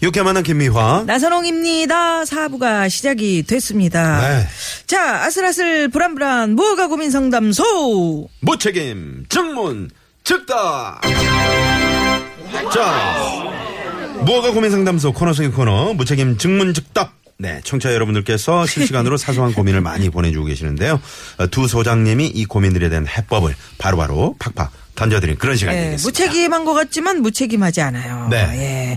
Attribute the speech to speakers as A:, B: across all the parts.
A: 육회 만난 김미화.
B: 나선홍입니다. 사부가 시작이 됐습니다.
A: 네.
B: 자, 아슬아슬 불안불안 무허가 고민 상담소.
A: 무책임 증문 즉답. 자, 무허가 고민 상담소 코너 속의 코너 무책임 증문 즉답. 네, 청취자 여러분들께서 실시간으로 사소한 고민을 많이 보내주고 계시는데요. 어, 두 소장님이 이 고민들에 대한 해법을 바로바로 팍팍 던져드린 그런 시간이
B: 예,
A: 되겠습니다.
B: 무책임한 것 같지만 무책임하지 않아요.
A: 네.
B: 예.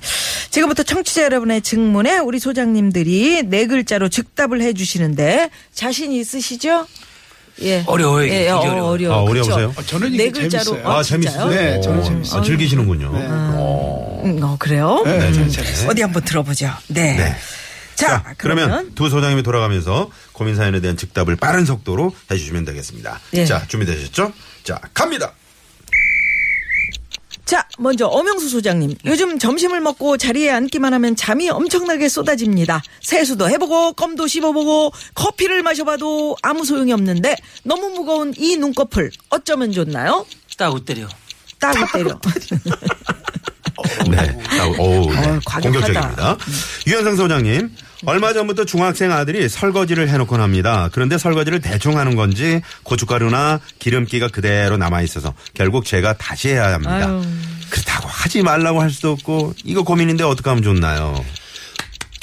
B: 지금부터 청취자 여러분의 증문에 우리 소장님들이 네 글자로 즉답을 해주시는데 자신 있으시죠? 예.
C: 어려워요, 이게.
B: 예,
C: 되게
B: 어,
C: 어려워요.
B: 어려워.
A: 아,
B: 그쵸?
A: 어려우세요?
D: 아, 저는 이게
B: 네 글자로.
D: 재밌어요.
A: 아,
B: 진짜요?
A: 재밌어요?
D: 네, 저는
A: 오,
D: 재밌어요.
A: 아, 즐기시는군요.
B: 음, 어, 그래요?
D: 네,
A: 네.
D: 저는 재밌어요.
B: 어디 한번 들어보죠. 네.
A: 네.
B: 자,
A: 그러면,
B: 그러면
A: 두 소장님이 돌아가면서 고민 사연에 대한 즉답을 빠른 속도로 해주시면 되겠습니다.
B: 예.
A: 자, 준비되셨죠? 자, 갑니다.
B: 자, 먼저 엄영수 소장님.
A: 네.
B: 요즘 점심을 먹고 자리에 앉기만 하면 잠이 엄청나게 쏟아집니다. 세수도 해보고 껌도 씹어보고 커피를 마셔봐도 아무 소용이 없는데 너무 무거운 이 눈꺼풀 어쩌면 좋나요?
C: 딱 웃때려.
B: 따고 때려.
A: 네. 아, 오, 네.
B: 어, 과격하다.
A: 공격적입니다. 유현상 소장님, 얼마 전부터 중학생 아들이 설거지를 해놓곤 합니다. 그런데 설거지를 대충 하는 건지 고춧가루나 기름기가 그대로 남아있어서 결국 제가 다시 해야 합니다.
B: 아유.
A: 그렇다고 하지 말라고 할 수도 없고 이거 고민인데 어떻게 하면 좋나요?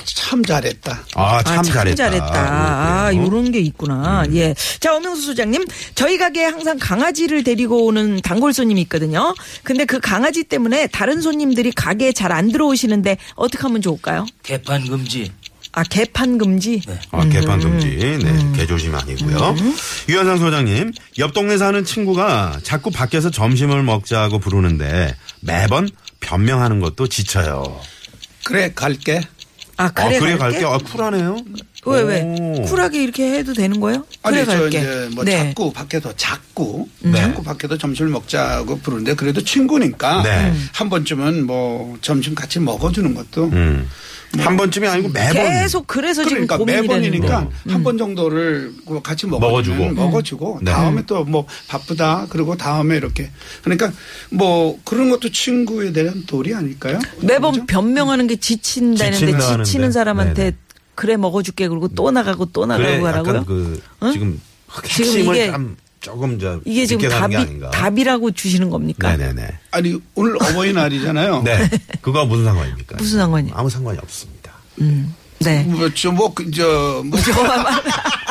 D: 참 잘했다.
A: 아, 참,
B: 아,
A: 잘했다.
B: 아,
A: 그래요? 음.
B: 요런 게 있구나. 예. 자, 엄영수 소장님. 저희 가게에 항상 강아지를 데리고 오는 단골 손님이 있거든요. 근데 그 강아지 때문에 다른 손님들이 가게에 잘 안 들어오시는데 어떻게 하면 좋을까요?
C: 개판 금지.
B: 아, 개판 금지?
A: 아, 개판 금지. 네,
B: 음.
A: 개조심 아니고요. 유현상 소장님, 옆 동네 사는 친구가 자꾸 밖에서 점심을 먹자고 부르는데 매번 변명하는 것도 지쳐요.
D: 그래, 갈게.
B: 아, 그래,
A: 아, 그래 갈게.
B: 갈게?
A: 아, 쿨하네요.
B: 왜,
A: 오.
B: 왜? 쿨하게 이렇게 해도 되는 거예요?
D: 아니,
B: 그래
D: 저
B: 갈게. 네. 음.
D: 이제 뭐 자꾸 밖에서 자꾸, 자꾸 밖에서 점심을 먹자고 부르는데 그래도 친구니까
A: 네.
B: 음.
D: 한 번쯤은 뭐 점심 같이 먹어주는 것도 뭐
A: 음. 한 번쯤이 아니고 매번.
B: 계속 그래서
D: 그러니까
B: 지금 고민이 되는
D: 매번이니까
B: 거예요. 음.
D: 한 번 정도를 그 같이
A: 먹어주고.
D: 먹어주고 먹어주고
A: 음. 네.
D: 다음에 또 뭐 바쁘다 그리고 다음에 이렇게 그러니까 뭐 그런 것도 친구에 대한 도리 아닐까요?
B: 매번
D: 그죠?
B: 변명하는 게 지친다는데
A: 지친다 하는데.
B: 지치는 사람한테
A: 네네.
B: 그래 먹어줄게 그러고 또 나가고 또 나가고
A: 그래
B: 하라고요?
A: 약간 그
B: 응?
A: 지금
B: 지금
A: 핵심을
B: 이게-
A: 참 조금 저
B: 이게 지금
A: 늦게 가는
B: 답이
A: 게 아닌가.
B: 답이라고 주시는 겁니까?
A: 네네네.
D: 아니 오늘 어버이날이잖아요.
A: 네. 그거 무슨 상관입니까?
B: 무슨 상관이-
A: 아무 상관이 없습니다.
B: 네.
D: 뭐 뭐저뭐저 뭐,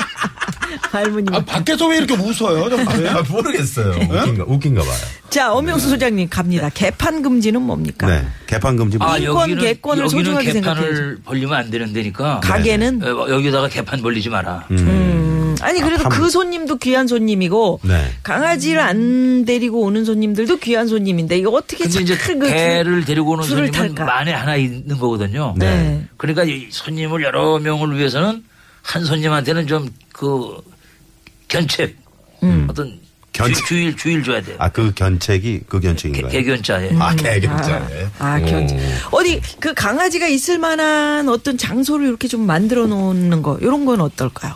B: 할머님.
D: 아, 밖에서 왜 이렇게 웃어요? 정말?
A: 아, 모르겠어요. 웃긴가, 웃긴가 봐요.
B: 자, 엄영수 소장님 갑니다. 개판 금지는 뭡니까?
A: 네. 개판 금지.
C: 아,
B: 인권, 개권을
C: 여기는
B: 소중하게
C: 개판을
B: 생각해야지.
C: 벌리면 안 되는 데니까.
A: 네,
B: 가게는
C: 어, 여기다가 개판 벌리지 마라.
B: 음, 아니 그래도
A: 아, 참.
B: 그 손님도 귀한 손님이고
A: 네.
B: 강아지를 안 데리고 오는 손님들도 귀한 손님인데 이거 어떻게
C: 근데
B: 잘
C: 이제
B: 그
C: 개를 데리고 오는
B: 줄을
C: 손님은
B: 탈까?
C: 만에 하나 있는 거거든요.
B: 네.
C: 그러니까 이 손님을 여러 명을 위해서는 한 손님한테는 좀 그 견책
B: 음.
C: 어떤
A: 견책.
C: 주, 일 주일 줘야 돼요.
A: 아, 그 견책이 그 견책인가요?
C: 개견자에.
A: 아, 개견자네.
C: 음.
B: 아, 견 어디 그 강아지가 있을 만한 어떤 장소를 이렇게 좀 만들어 놓는 거 이런 건 어떨까요?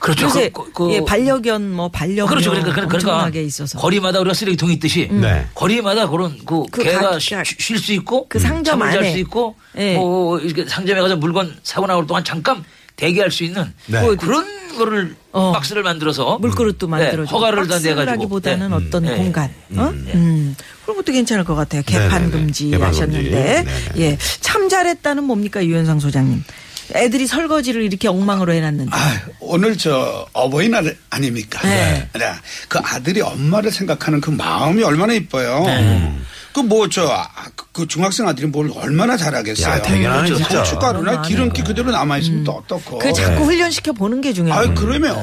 C: 그렇죠.
B: 요새
C: 그- 그-
B: 예, 반려견 뭐 반려견
C: 그렇죠. 그러니까, 그러니까,
B: 엄청나게
C: 그러니까
B: 있어서 음.
C: 거리마다 우리가 쓰레기통이 있듯이
A: 네.
C: 거리마다 그런 그,
B: 그
C: 개가
B: 가-
C: 쉴 수 있고
B: 그 상점
C: 잠을 잘
B: 안에.
C: 수 있고
B: 예.
C: 뭐 이렇게 상점에 가서 물건 사고 나올 동안 잠깐 대기할 수 있는
A: 네.
C: 뭐 그런 거를
B: 어.
C: 박스를 만들어서 네,
B: 물그릇도 만들어주고
C: 음. 허가를 다
B: 박스를
C: 내가지고.
B: 하기보다는
C: 네.
B: 어떤
C: 네.
B: 공간 어? 음. 그런 것도 괜찮을 것 같아요 개판
A: 네네네.
B: 금지
A: 개판
B: 하셨는데
A: 금지. 네네.
B: 예 참 잘했다는 뭡니까 유현상 소장님 애들이 설거지를 이렇게 엉망으로 해놨는데
D: 아, 오늘 저 어버이날 아닙니까?
B: 네.
D: 네. 그 아들이 엄마를 생각하는 그 마음이 얼마나 이뻐요. 그 뭐 저 그 중학생 아들이 뭘 얼마나 잘하겠어요.
A: 야, 대견하네, 진짜.
D: 고춧가루나
B: 아,
D: 기름기 그대로 남아 있으면 또 어떻고.
B: 그
C: 네.
B: 자꾸 훈련시켜 보는 게 중요해요.
D: 아유 그러면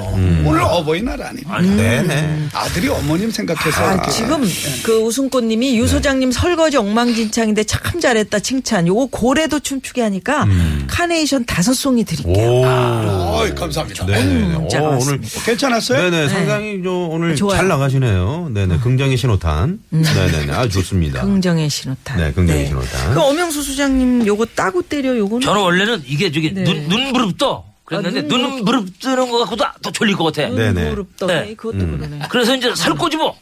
D: 오늘 어버이날 아닙니까?
A: 네네.
D: 아들이 어머님 생각해서
B: 아,
D: 이렇게
B: 지금 그 우승꽃님이
A: 네.
B: 유 소장님 설거지 엉망진창인데 참 잘했다 칭찬. 요거 고래도 춤추게 하니까 카네이션 다섯 송이 드릴게요.
A: 음. 오. 아,
D: 어이 감사합니다. 음.
A: 네네.
B: 문자가
A: 오, 오늘
B: 왔습니다.
D: 괜찮았어요?
A: 네네 음. 상당히 저 오늘
B: 좋아요.
A: 잘 나가시네요. 네네 긍정의 신호탄. 네네네 아 좋습니다.
B: 긍정의 신호탄.
A: 네, 긍정의 신호탄.
B: 그 엄영수 소장님 요거 따고 때려 요거는
C: 네. 저는 원래는 이게 저기
B: 네. 아,
C: 눈, 눈부릅 떠. 그랬는데 눈부릅 뜨는 것 같고도 더 졸릴 것 같아.
A: 네. 음. 네네.
B: 음, 무릎도
C: 네.
B: 그것도 그러네.
C: 그래서 이제 살꼬집어.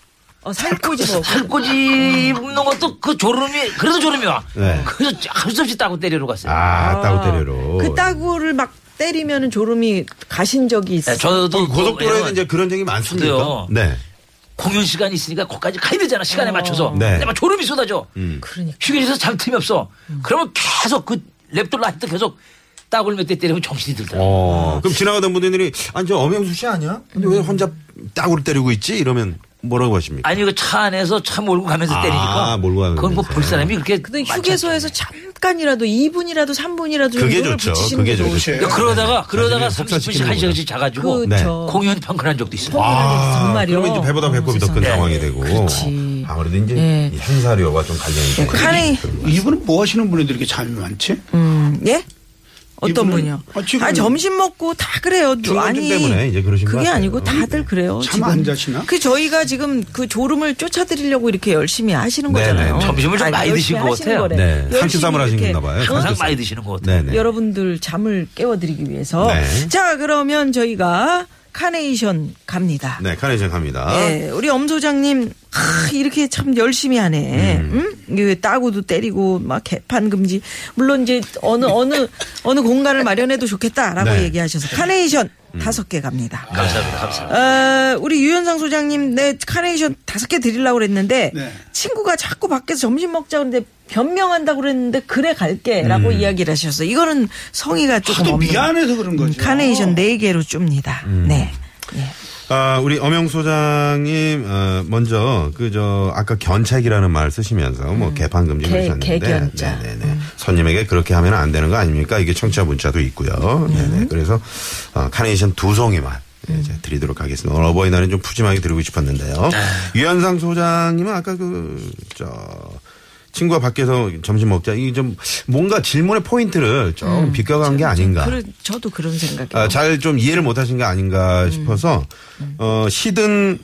B: 어, 살코지 먹고.
C: 살꼬집 입는 것도 그 졸음이, 그래도 졸음이 와.
A: 네.
C: 그래서 할수 없이 따고 때리러 갔어요.
A: 아 따고 때려로.
B: 그 따구를 막 때리면은 졸음이 가신 적이 있어.
C: 네, 저도
A: 고속도로에는 이제 네. 그런 적이 많습니까?
C: 저도요.
A: 네.
C: 공연 시간이 있으니까 거기까지 가야 되잖아 시간에 맞춰서
A: 네.
C: 근데 막 졸음이 쏟아져
B: 어. 그러니까. 음.
C: 휴게실에서 잘 틈이 없어 그러면 계속 그 랩돌 라이트 계속 따굴 몇 대 때리면 정신이 들더라고
A: 어 그럼 지나가던 분들이 아니 저 엄영수 씨 아니야? 근데 왜 혼자 따고를 때리고 있지? 이러면 뭐라고 하십니까?
C: 아니 그 차 안에서 차 몰고 가면서
A: 아,
C: 때리니까
A: 몰고 가면서.
C: 그건 뭐 볼 사람이 그렇게
B: 근데
C: 많지
B: 휴게소에서 잠깐이라도 2분이라도 3분이라도
A: 그게 좋죠. 예, 그게 좋죠. 네.
D: 좋으셔요.
C: 않잖아요. 야, 그러다가 그러다가
A: 사실은
C: 30분씩
A: 속삭이는
C: 1시간씩
B: 그렇죠.
C: 자가지고
A: 네.
C: 공연 방근한 적도 있어요
B: 아, 정말요.
A: 그러면 이제 배보다 배꼽이 더 큰
B: 세상에.
A: 상황이 되고
B: 그렇지.
A: 아무래도 이제
B: 예.
A: 이 행사료와 좀 관련이 좀
B: 카레 예.
D: 이분은 뭐 하시는 분인데 이렇게 잠이 많지?
B: 음, 예? 어떤
D: 이분은-
B: 분이요?
D: 아, 지금-
B: 아, 점심 먹고 다 그래요.
A: 중간쯤
B: 아니
A: 때문에 이제 그러신 것
B: 그게
A: 같아요. 음,
B: 아니고 다들 그래요.
D: 잠
B: 지금.
D: 안 자시나?
B: 그 저희가 지금 그 졸음을 쫓아드리려고 이렇게 열심히 하시는
A: 네네.
B: 거잖아요.
C: 점심을 좀
B: 아니,
C: 많이
B: 열심히
C: 드신 것
B: 하시는
C: 같아요.
B: 거래.
A: 네.
B: 열심히
A: 삼키삼을 하신
B: 이렇게
A: 건가 봐요.
C: 항상
A: 그렇죠.
C: 많이 드시는 것 같아요
A: 네네.
B: 여러분들 잠을 깨워드리기 위해서.
A: 네.
B: 자, 그러면 저희가 카네이션 갑니다.
A: 네, 카네이션 갑니다.
B: 예, 우리 엄 소장님 하, 이렇게 참 열심히 하네.
A: 음.
B: 응? 이거 따고도 때리고 막 개판 금지. 물론 이제 어느 어느 어느 공간을 마련해도 좋겠다라고
A: 네. 음.
B: 얘기하셔서 카네이션 다섯 개 갑니다.
C: 감사합니다 감사합니다
B: 어, 우리 유현상 소장님 내 카네이션 다섯 개 드리려고 그랬는데
D: 네.
B: 친구가 자꾸 밖에서 점심 먹자 그러는데 변명한다고 그랬는데 그래 갈게라고
A: 음.
B: 이야기를 하셨어. 요 이거는 성의가 조금
D: 하도
B: 없는 음,
D: 미안해서 그런 거죠.
B: 카네이션 네 개로 줍니다.
A: 음.
B: 네. 예.
A: 아, 우리 엄영 소장님 어, 먼저 그 저 아까 견책이라는 말 쓰시면서 뭐 개판 금지
B: 음.
A: 그러셨는데
B: 개- 개견자.
A: 네네네. 손님에게 그렇게 하면 안 되는 거 아닙니까? 이게 청취자 문자도 있고요.
B: 예.
A: 네네. 그래서 어, 카네이션 두 송이만
B: 음.
A: 이제 드리도록 하겠습니다. 오늘 어버이날은 좀 푸짐하게 드리고
B: 아.
A: 싶었는데요. 유현상 소장님은 아까 그저 친구와 밖에서 점심 먹자. 이게 좀 뭔가 질문의 포인트를 좀 비껴간 게 아닌가.
B: 음. 그래, 저도 그런 생각이에요.
A: 아, 잘 좀 이해를 못하신 게 아닌가 싶어서 어 시든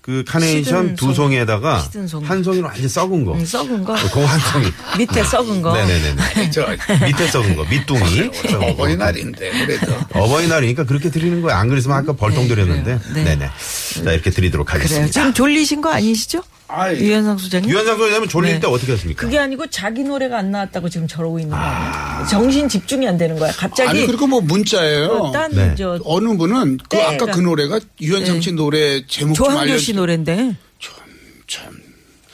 A: 그 카네이션
B: 시든 송.
A: 두 송에다가
B: 시든 송.
A: 한 송이로 완전 썩은 거, 어,
B: 음, 썩은 거
A: 그거 한 송이.
B: 밑에 썩은 거
A: 네네네.
D: 저
A: 밑에 썩은 거, 밑둥이. 썩은 거.
D: 네. 어버이날인데 그래도
A: 어버이날이니까 그렇게 드리는 거예요. 안 그랬으면 아까 벌통 드렸는데.
B: 그래요.
A: 네.
B: 네.
A: 네 자, 이렇게 드리도록
B: 그래요.
A: 하겠습니다.
B: 지금 졸리신 거 아니시죠?
D: 아이.
B: 유현상 소장님.
A: 아. 유현상 소장님은 졸릴
B: 네.
A: 때 어떻게 하십니까?
B: 그게 아니고 자기 노래가 안 나왔다고 지금 저러고 있는 거 아니에요? 정신 집중이 안 되는 거야.
D: 아니
B: 갑자기 어,
D: 그리고 뭐 문자예요.
B: 딴
A: 네.
B: 저
D: 어느 분은 그
B: 네,
D: 아까
B: 그러니까- 네.
D: 그 노래가 유현상 씨 노래 제목 좀
B: 조항조 씨
D: 알려주세요.
B: 노래인데
D: 참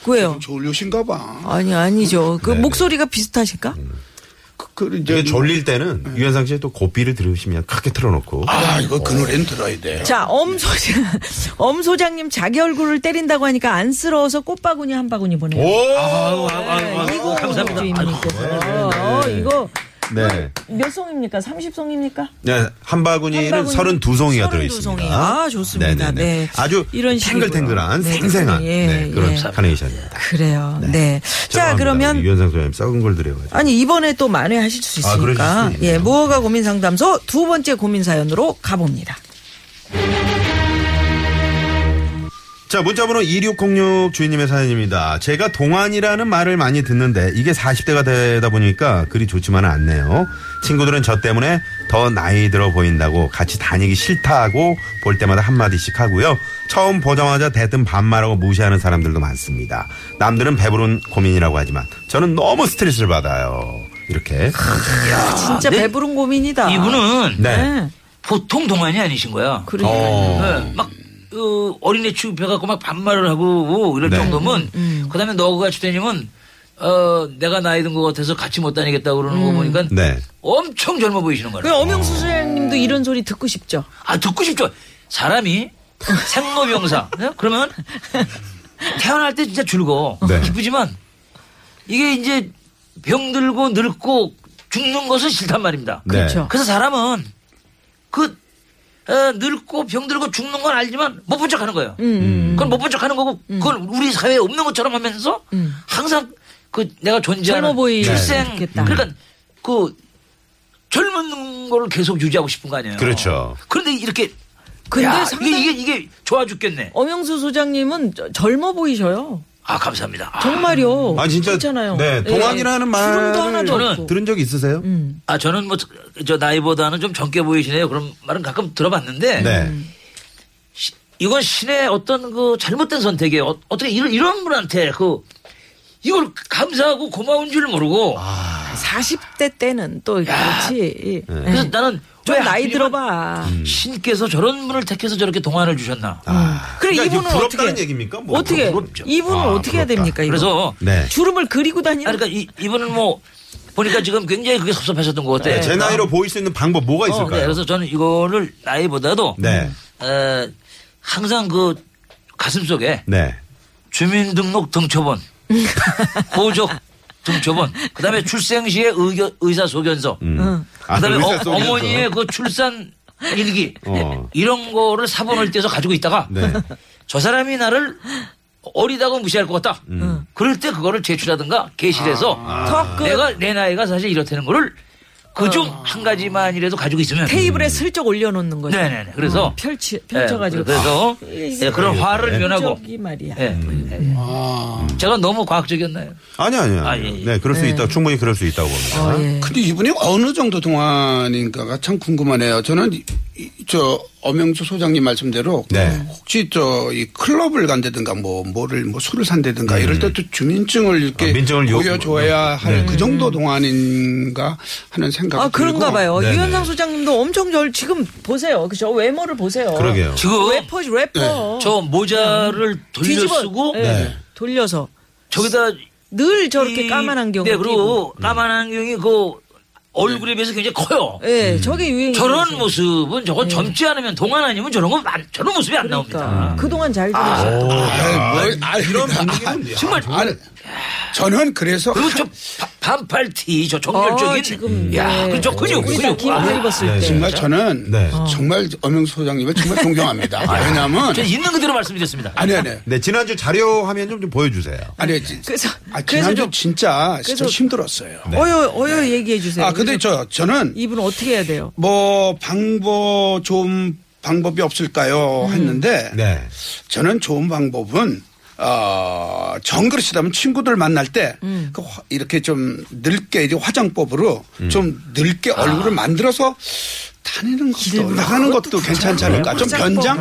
B: 그예요.
D: 졸려신가 봐.
B: 아니 아니죠.
A: 네.
B: 그 목소리가 비슷하실까?
A: 음.
D: 그, 그
A: 이게
D: 이제
A: 졸릴 때는 유현상 씨의 또 고삐를 들으시면 크게 틀어놓고.
D: 아 이거 그 노래는 들어야 돼요.
B: 자, 엄 소장, 엄 소장님 자기 얼굴을 때린다고 하니까 안쓰러워서 꽃바구니 한 바구니 보내요. 네,
A: 오!
C: 아유, 아유, 아유, 아유,
B: 이거
C: 감사합니다 아유,
B: 주임님께서 이거
A: 네.
B: 몇 송입니까? 30송입니까?
A: 네, 한 바구니에는 32송이가 들어있습니다.
B: 아, 좋습니다.
A: 네네네.
B: 네.
A: 아주
B: 이런 식으로.
A: 탱글탱글한
B: 네,
A: 생생한
B: 예,
A: 네, 그런
B: 예.
A: 카네이션입니다.
B: 그래요. 네. 자,
A: 죄송합니다.
B: 그러면
A: 우리 유현상 소장님 썩은 걸 드려가지고.
B: 아니 이번에 또 만회하실 수
A: 아, 그러실
B: 있으니까
A: 수 있네요.
B: 예 무허가 고민 상담소 두 번째 고민 사연으로 가봅니다.
A: 자, 문자번호 2606 주인님의 사연입니다. 제가 동안이라는 말을 많이 듣는데 이게 40대가 되다 보니까 그리 좋지만은 않네요. 친구들은 저 때문에 더 나이 들어 보인다고 같이 다니기 싫다고 볼 때마다 한마디씩 하고요. 처음 보자마자 대뜸 반말하고 무시하는 사람들도 많습니다. 남들은 배부른 고민이라고 하지만 저는 너무 스트레스를 받아요. 이렇게.
B: 진짜
C: 네.
B: 배부른 고민이다.
C: 이분은
A: 아, 네.
B: 네.
C: 보통 동안이 아니신 거야
B: 그러니까요.
A: 어.
C: 네, 막 어, 어린애 취급해갖고 막 반말을 하고 이럴
A: 네.
C: 정도면 그다음에 너가 주대님은 어 내가 나이 든 것 같아서 같이 못 다니겠다 고 그러는 거 보니까
A: 네.
C: 엄청 젊어 보이시는
B: 그
C: 거예요.
B: 엄영수 소장님도 이런 소리 듣고 싶죠.
C: 아 듣고 싶죠. 사람이 생로병사 네? 그러면 태어날 때 진짜 즐거워
A: 네.
C: 기쁘지만 이게 이제 병들고 늙고 죽는 것은 싫단 말입니다.
A: 네. 그렇죠.
C: 그래서 사람은 그 어, 늙고 병들고 죽는 건 알지만 못 본 척하는
B: 음.
C: 거예요. 그건 못 본 척하는 거고 그걸 우리 사회에 없는 것처럼 하면서 항상 그 내가
B: 음. 젊어
C: 존재하는
B: 보이게
C: 출생
B: 좋겠다.
C: 그러니까 그 젊은 걸 계속 유지하고 싶은 거 아니에요.
A: 그렇죠.
C: 그런데 이렇게
B: 근데
C: 야,
B: 상당히-
C: 이게, 이게 이게 좋아 죽겠네.
B: 엄영수 소장님은 저- 젊어 보이셔요.
C: 아 감사합니다. 아,
B: 정말이요.
A: 아 진짜
B: 그렇잖아요.
A: 네
B: 예.
A: 동안이라는
B: 주름도
A: 말을
B: 하나도
C: 저는
B: 없고.
A: 들은 적 있으세요?
B: 음.
C: 아 저는 뭐 저 나이보다는 좀 젊게 보이시네요. 그런 말은 가끔 들어봤는데
A: 네.
B: 음.
C: 시- 이건 신의 어떤 그 잘못된 선택이에요. 어, 떻게 이런, 이런 분한테 그 이걸 감사하고 고마운 줄 모르고
A: 아,
B: 40대 때는 또
A: 네.
B: 그렇지. 예.
C: 그래서 나는
B: 좀
C: 왜
B: 나이
C: 하필이면 음.
B: 들어봐.
A: 음.
C: 신께서 저런 분을 택해서 저렇게 동안을 주셨나. 아,
B: 그래
A: 그러니까 이게
B: 이분은
A: 부럽다는
B: 어떻게
A: 얘기입니까? 뭐
B: 어떻게
A: 부럽죠.
B: 이분은
A: 아,
B: 어떻게 해야
A: 부럽다.
B: 됩니까? 이거?
C: 그래서
A: 네.
B: 주름을 그리고 다니는
C: 아, 그러니까 이, 이분은 뭐 보니까 지금 굉장히 그게 섭섭하셨던
B: 음.
C: 것 같아요.
A: 네. 제 나이로 보일 수 있는 방법 뭐가
C: 네. 어, 네,
A: 있을까요?
C: 그래서 저는 이거를 나이보다도
A: 네.
C: 에, 항상 그 가슴 속에
A: 네.
C: 주민등록 등초본, 보조 등초본, 그다음에 출생시의 의사 소견서,
A: 음. 아,
C: 그다음에
A: 의사
C: 어,
A: 소견서.
C: 머니의그 출산 일기
A: 어.
C: 이런 거를 사본을 떼서 가지고 있다가
A: 네.
C: 저 사람이 나를 어리다고 무시할 것 같다.
A: 음.
C: 그럴 때 그거를 제출하든가 게시를 해서
A: 아.
B: 턱끝.
C: 내가 내 나이가 사실 이렇다는 거를 그중 한 가지만이라도 가지고 있으면
B: 어. 테이블에 슬쩍 올려놓는 거죠.
C: 음. 네네네. 그래서
B: 어, 펼치
C: 예,
B: 펼쳐가지고 아,
C: 그래서 예, 그런 화를
A: 네.
C: 면하고
B: 저기 말이야. 아.
C: 예.
A: 음.
C: 예. 제가 너무 과학적이었나요?
A: 아니 아니요.
C: 아,
A: 아니요.
C: 예, 예.
A: 네, 그럴 수 있다. 충분히 그럴 수 있다고 봅니다.
B: 아, 어, 예.
C: 아,
B: 네.
D: 근데 이분이 어느 정도 동안인가가 참 궁금하네요. 저는 이- 이- 저 엄영수 소장님 말씀대로
A: 네.
D: 혹시 저 이 클럽을 간다든가 뭐 뭐를 뭐 술을 산다든가 이럴 때 또 주민증을 이렇게
A: 음. 아, 민증을 네. 요-
D: 보여줘야 할 그 정도 동안인가 하는 생각.
B: 아 그런가 봐요.
A: 네네.
B: 유현상 소장님도 엄청 절 지금 보세요. 그죠 외모를 보세요.
A: 그러게요.
C: 지금
B: 래퍼 래퍼.
C: 네. 저 모자를 돌려
B: 어? 뒤집어
C: 쓰고
B: 예,
A: 네.
B: 돌려서
C: 저기다
B: 늘 저렇게
C: 이-
B: 까만 안경.
C: 네, 그리고
B: 음.
C: 까만 안경이 그 얼굴에 비해서 굉장히 커요.
B: 예, 저게 그러니까. 유행.
C: 음. 저런 모습은 저거 젊지 않으면 동안 아니면 저런 거 안- 저런 모습이 안
B: 그러니까.
C: 나옵니다.
B: 네.
C: 아,
B: 그동안 잘 들으셨. 뭐,
D: 이런 분위기는
C: 정말
D: 저는 그래서
C: 그리고 저 바- 반팔 티저 정렬적인
B: 어, 지금,
C: 야,
B: 네.
C: 그저 아, 근육
B: 우리 다
C: 근육.
B: 긴팔 입었을
A: 네,
B: 때.
D: 정말 저는
A: 네.
B: 어.
D: 정말 엄영수 소장님을 정말 존경합니다. 왜냐하면
C: 저 있는 그대로 말씀드렸습니다.
D: 아니 아니
A: 네, 지난주 자료 화면 좀, 좀 보여주세요.
D: 아니 지-
B: 그래서
D: 아,
B: 그래서
D: 지난주
B: 좀
D: 진짜
B: 그래서-
D: 진짜 힘들었어요.
B: 어여 어여 얘기해 주세요.
D: 아 근데 저 저는
B: 이분 어떻게 해야 돼요?
D: 뭐 방법 좀 방법이 없을까요
B: 음.
D: 했는데
A: 네.
D: 저는 좋은 방법은 어, 정그릇이라면 친구들 만날 때, 그 화- 이렇게 좀 늙게 이제 화장법으로
A: 음.
D: 좀 늙게
A: 아.
D: 얼굴을 만들어서 다니는 것도, 나가는 것도 괜찮지 않을까. 좀 변장?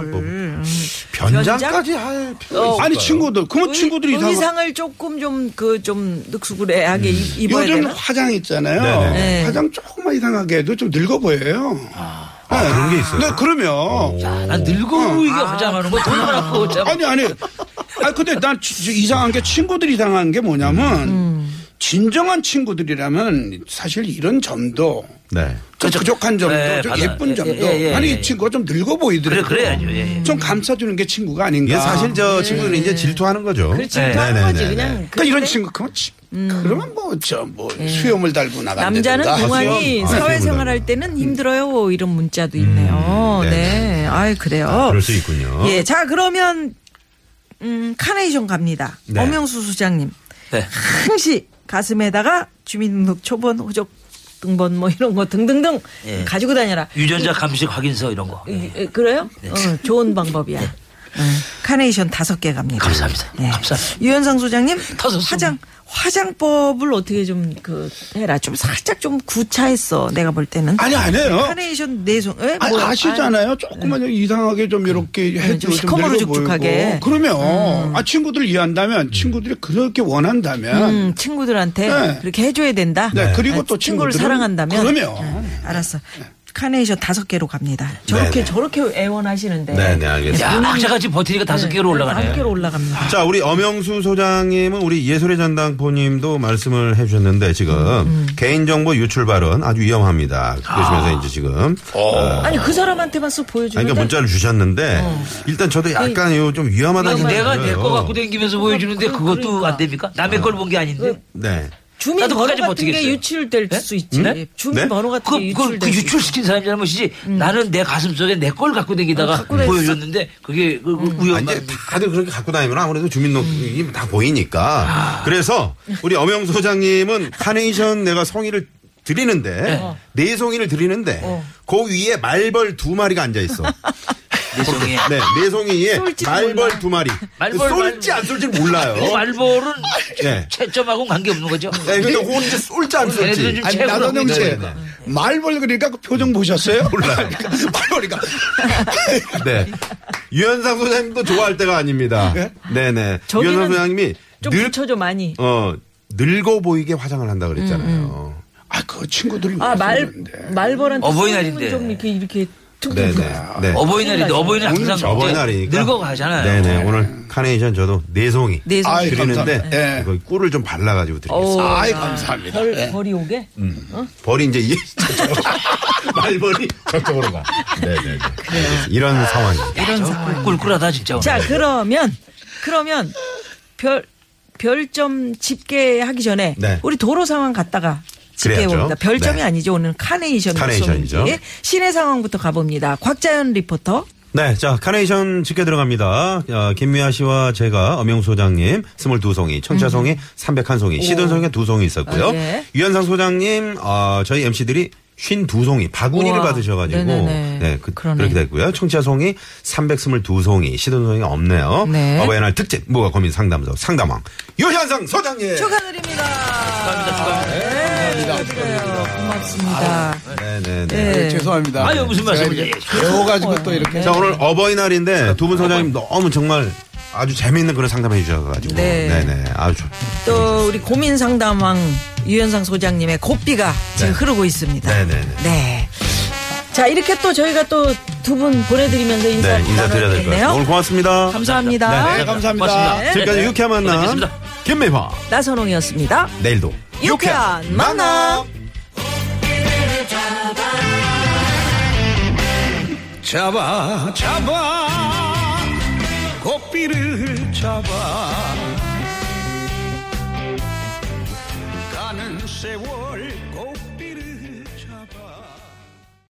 A: 변장까지 할 필요
D: 아니, 친구들. 그러면 친구들이
B: 의,
D: 이상하
B: 의상을 조금 좀 그 좀 늑수구레하게 입- 입어야
D: 요즘
B: 되나?
D: 화장 있잖아요.
A: 네네.
B: 네.
D: 화장 조금만 이상하게 해도 좀 늙어 보여요.
A: 아, 그런 게 있어요?
D: 네, 그러면.
C: 아, 난
B: 네. 아,
C: 늙어 보이게 화장하는 거 정말 아프고 참.
D: 아니 아니. 아 근데 난 지- 지- 이상한 게 친구들이 이상한 게 뭐냐면 진정한 친구들이라면 사실 이런 점도
A: 네.
D: 좀
C: 그렇죠.
D: 부족한 점도
C: 예,
D: 좀
C: 맞아요.
D: 예쁜
C: 예,
D: 점도
C: 예, 예,
D: 아니
C: 예,
D: 이
C: 예.
D: 친구가 좀 늙어 보이더라고.
C: 그래, 그래야죠. 예, 예.
D: 좀 감싸주는 게 친구가 아닌가.
A: 이게 사실 저 친구들은 이제 질투하는 거죠.
B: 네. 그렇지.
C: 네,
B: 하는
A: 네,
B: 거지
A: 네,
B: 그냥.
A: 네.
D: 그러니까 이런
B: 그런데
D: 친구 그러면 지- 그러면 뭐저뭐 수염을 달고 나간다.
B: 남자는 동안이
A: 아,
B: 사회생활할 때는 힘들어요 뭐 이런 문자도 있네요.
A: 네,
B: 네, 아이 그래요.
A: 아, 그럴 수 있군요.
B: 예, 자 그러면 음 카네이션 갑니다.
A: 네.
B: 엄영수 수장님
C: 네.
B: 항시 가슴에다가 주민등록 초본 호적 등본 뭐 이런 거 등등등
C: 예.
B: 가지고 다녀라.
C: 유전자 감식 확인서 이런 거. 예.
B: 예, 그래요? 어, 좋은 방법이야. 어, 카네이션 다섯 개 갑니다. 예.
C: 감사합니다.
B: 네.
C: 감사합니다.
B: 유현상 소장님
C: 다섯 개.
B: 화장 화장법을 어떻게 좀 그 해라 좀 살짝 좀 구차했어 내가 볼 때는
D: 아니 아니에요.
B: 카네이션 내손 에?
D: 아,
B: 뭐야?
D: 아시잖아요. 조금만 이상하게 좀 이렇게 해도
B: 좀
D: 좀
B: 시커머로
D: 늙어
B: 죽죽하게.
D: 보이고. 그러면 아 친구들 이해한다면 친구들이 그렇게 원한다면
B: 음, 친구들한테
D: 네.
B: 그렇게 해줘야 된다.
D: 네, 그리고
B: 아,
D: 또
B: 친구를
D: 친구들은
B: 사랑한다면
D: 그럼요.
B: 네, 알았어. 카네이션 다섯 개로 갑니다. 저렇게
A: 네네.
B: 저렇게 애원하시는데.
A: 네네, 알겠습니다.
C: 야, 박자같이 버티니까 다섯 개로 올라가네요.
B: 다섯 개로 올라갑니다.
A: 자, 우리 엄영수 소장님은 우리 예술의 전당포님도 말씀을 해주셨는데 지금
C: 음,
A: 개인정보 유출 발언 아주 위험합니다.
C: 아.
A: 그러시면서 이제 지금
C: 어.
B: 아니 그 사람한테만 쓱 보여주면
A: 아니, 그러니까 문자를 주셨는데 일단 저도 약간 이거 좀 위험하다
C: 아니,
A: 생각이
C: 어. 그 내가 내
A: 들어요.
C: 거 갖고 다니면서 보여주는데
B: 그럼
C: 그것도
B: 그러니까.
C: 안 됩니까? 남의 걸 본 게 아닌데.
A: 네.
B: 주민
C: 나도
B: 번호
C: 그거까지
B: 같은 게
C: 버티겠어요.
B: 유출될
C: 네?
B: 수 있지.
A: 네?
B: 주민
A: 네?
B: 번호 같은 게
C: 그, 그,
B: 유출될 수
C: 그
B: 음. 있지.
C: 유출시킨 사람이 잘못이지 나는 내 가슴 속에 내 걸 갖고 다니다가 보여줬는데 그게 그,
B: 음.
C: 그
A: 아,
C: 우연한 음.
A: 이제 다들 그렇게 갖고 다니면 아무래도 주민등록이 다 보이니까.
C: 아.
A: 그래서 우리 엄영 소장님은 카네이션 내가 성의를 드리는데 네 송이를 드리는데
C: 어.
A: 그 위에 말벌 두 마리가 앉아 있어.
C: 내성에
A: 네, 네 송이 위에
B: 쏠지도
A: 말벌
B: 몰라.
A: 두 마리.
C: 말벌,
A: 쏠지 안 쏠지 몰라요.
C: 그 말벌은
A: 네.
C: 채점하고 관계없는 거죠
A: 네, 근데 그건 이제 쏠지 안
C: 걔네들은
A: 쏠지.
C: 좀
D: 아니
C: 최고로
D: 나선영
C: 믿어야
D: 씨
C: 된다.
D: 말벌 그러니까 그 표정 보셨어요?
A: 네, 몰라요.
D: 말벌이가
A: 네. 유현상 소장님도 좋아할 때가 아닙니다. 네, 네.
B: 저기는
A: 유현상 소장님이
B: 좀
A: 늙,
B: 붙여줘 많이.
A: 어, 늙어 보이게 화장을 한다
B: 음,
A: 그랬잖아요.
D: 아그 친구들이
B: 아 말
D: 그러는데.
B: 말벌한테
C: 어, 어버이날인데.
B: 좀 이렇게 이렇게 특
A: 네, 네. 네.
C: 어버이날인데 어버이날
D: 오늘
C: 항상
A: 저번날이니까.
C: 늙어가잖아요
A: 네네. 오늘 카네이션 저도 네 송이
B: 네 손.
D: 아이,
A: 드리는데
D: 예.
A: 이거 꿀을 좀 발라가지고 드리겠습니다.
B: 어,
D: 아이 감사합니다.
B: 벌
D: 예.
B: 벌이 오게.
A: 벌이 이제 이- 저쪽으로 말벌이 아. 저쪽으로 가. 네네네. 이런 상황이.
C: 이런
A: 네.
C: 상황 꿀꿀하다 진짜 오늘.
B: 자 그러면 그러면 별 별점 집계하기 전에
A: 네.
B: 우리 도로 상황 갔다가 집계해
A: 그래야죠.
B: 봅니다. 별점이
A: 네.
B: 아니죠. 오늘 카네이션
A: 카네이션이죠.
B: 쏘는지. 시내 상황부터 가봅니다. 곽자연 리포터.
A: 네, 자 카네이션 집게 들어갑니다. 어, 김미아 씨와 제가 엄영 소장님 22송이, 청차송이 301송이, 시든송이 두송이 있었고요.
B: 아, 네.
A: 유현상 소장님, 어, 저희 MC들이 52송이, 바구니를
B: 우와.
A: 받으셔가지고
B: 네네네.
A: 네, 그,
B: 그러네.
A: 그렇게 됐고요. 청차송이 322송이, 시든송이 없네요.
B: 네.
A: 어버이날 특집 무가 고민 상담소 상담왕 유현상 소장님.
B: 축하드립니다. 네,
D: 아,
B: 고맙습니다.
A: 네네네.
D: 네, 죄송합니다.
C: 아유, 무슨
D: 제가
C: 말씀을
D: 이렇게
A: 네,
C: 예.
D: 배워가지고 또
B: 네.
D: 이렇게
A: 자 오늘 어버이날인데 두 분 소장님 너무 정말 아주 재미있는 그런 상담해 주셔가지고
B: 네.
A: 네네 아주 좋-
B: 또 우리 고민 상담왕 유현상 소장님의 고삐가 지금
A: 네.
B: 흐르고 있습니다.
A: 네네네.
B: 네. 자 이렇게 또 저희가 또 두 분 보내드리면서 인사
A: 네, 인사드려야 될 것 같습니다. 오늘 고맙습니다.
B: 감사합니다.
A: 네,
D: 감사합니다.
C: 예. 고맙습니다.
A: 지금까지 유쾌한 만남
C: 고생하셨습니다.
A: 김미화
B: 나선홍이었습니다.
A: 내일도
B: 유쾌한 만남.
D: 잡아 잡아 고삐를 잡아 가는 세월 고삐를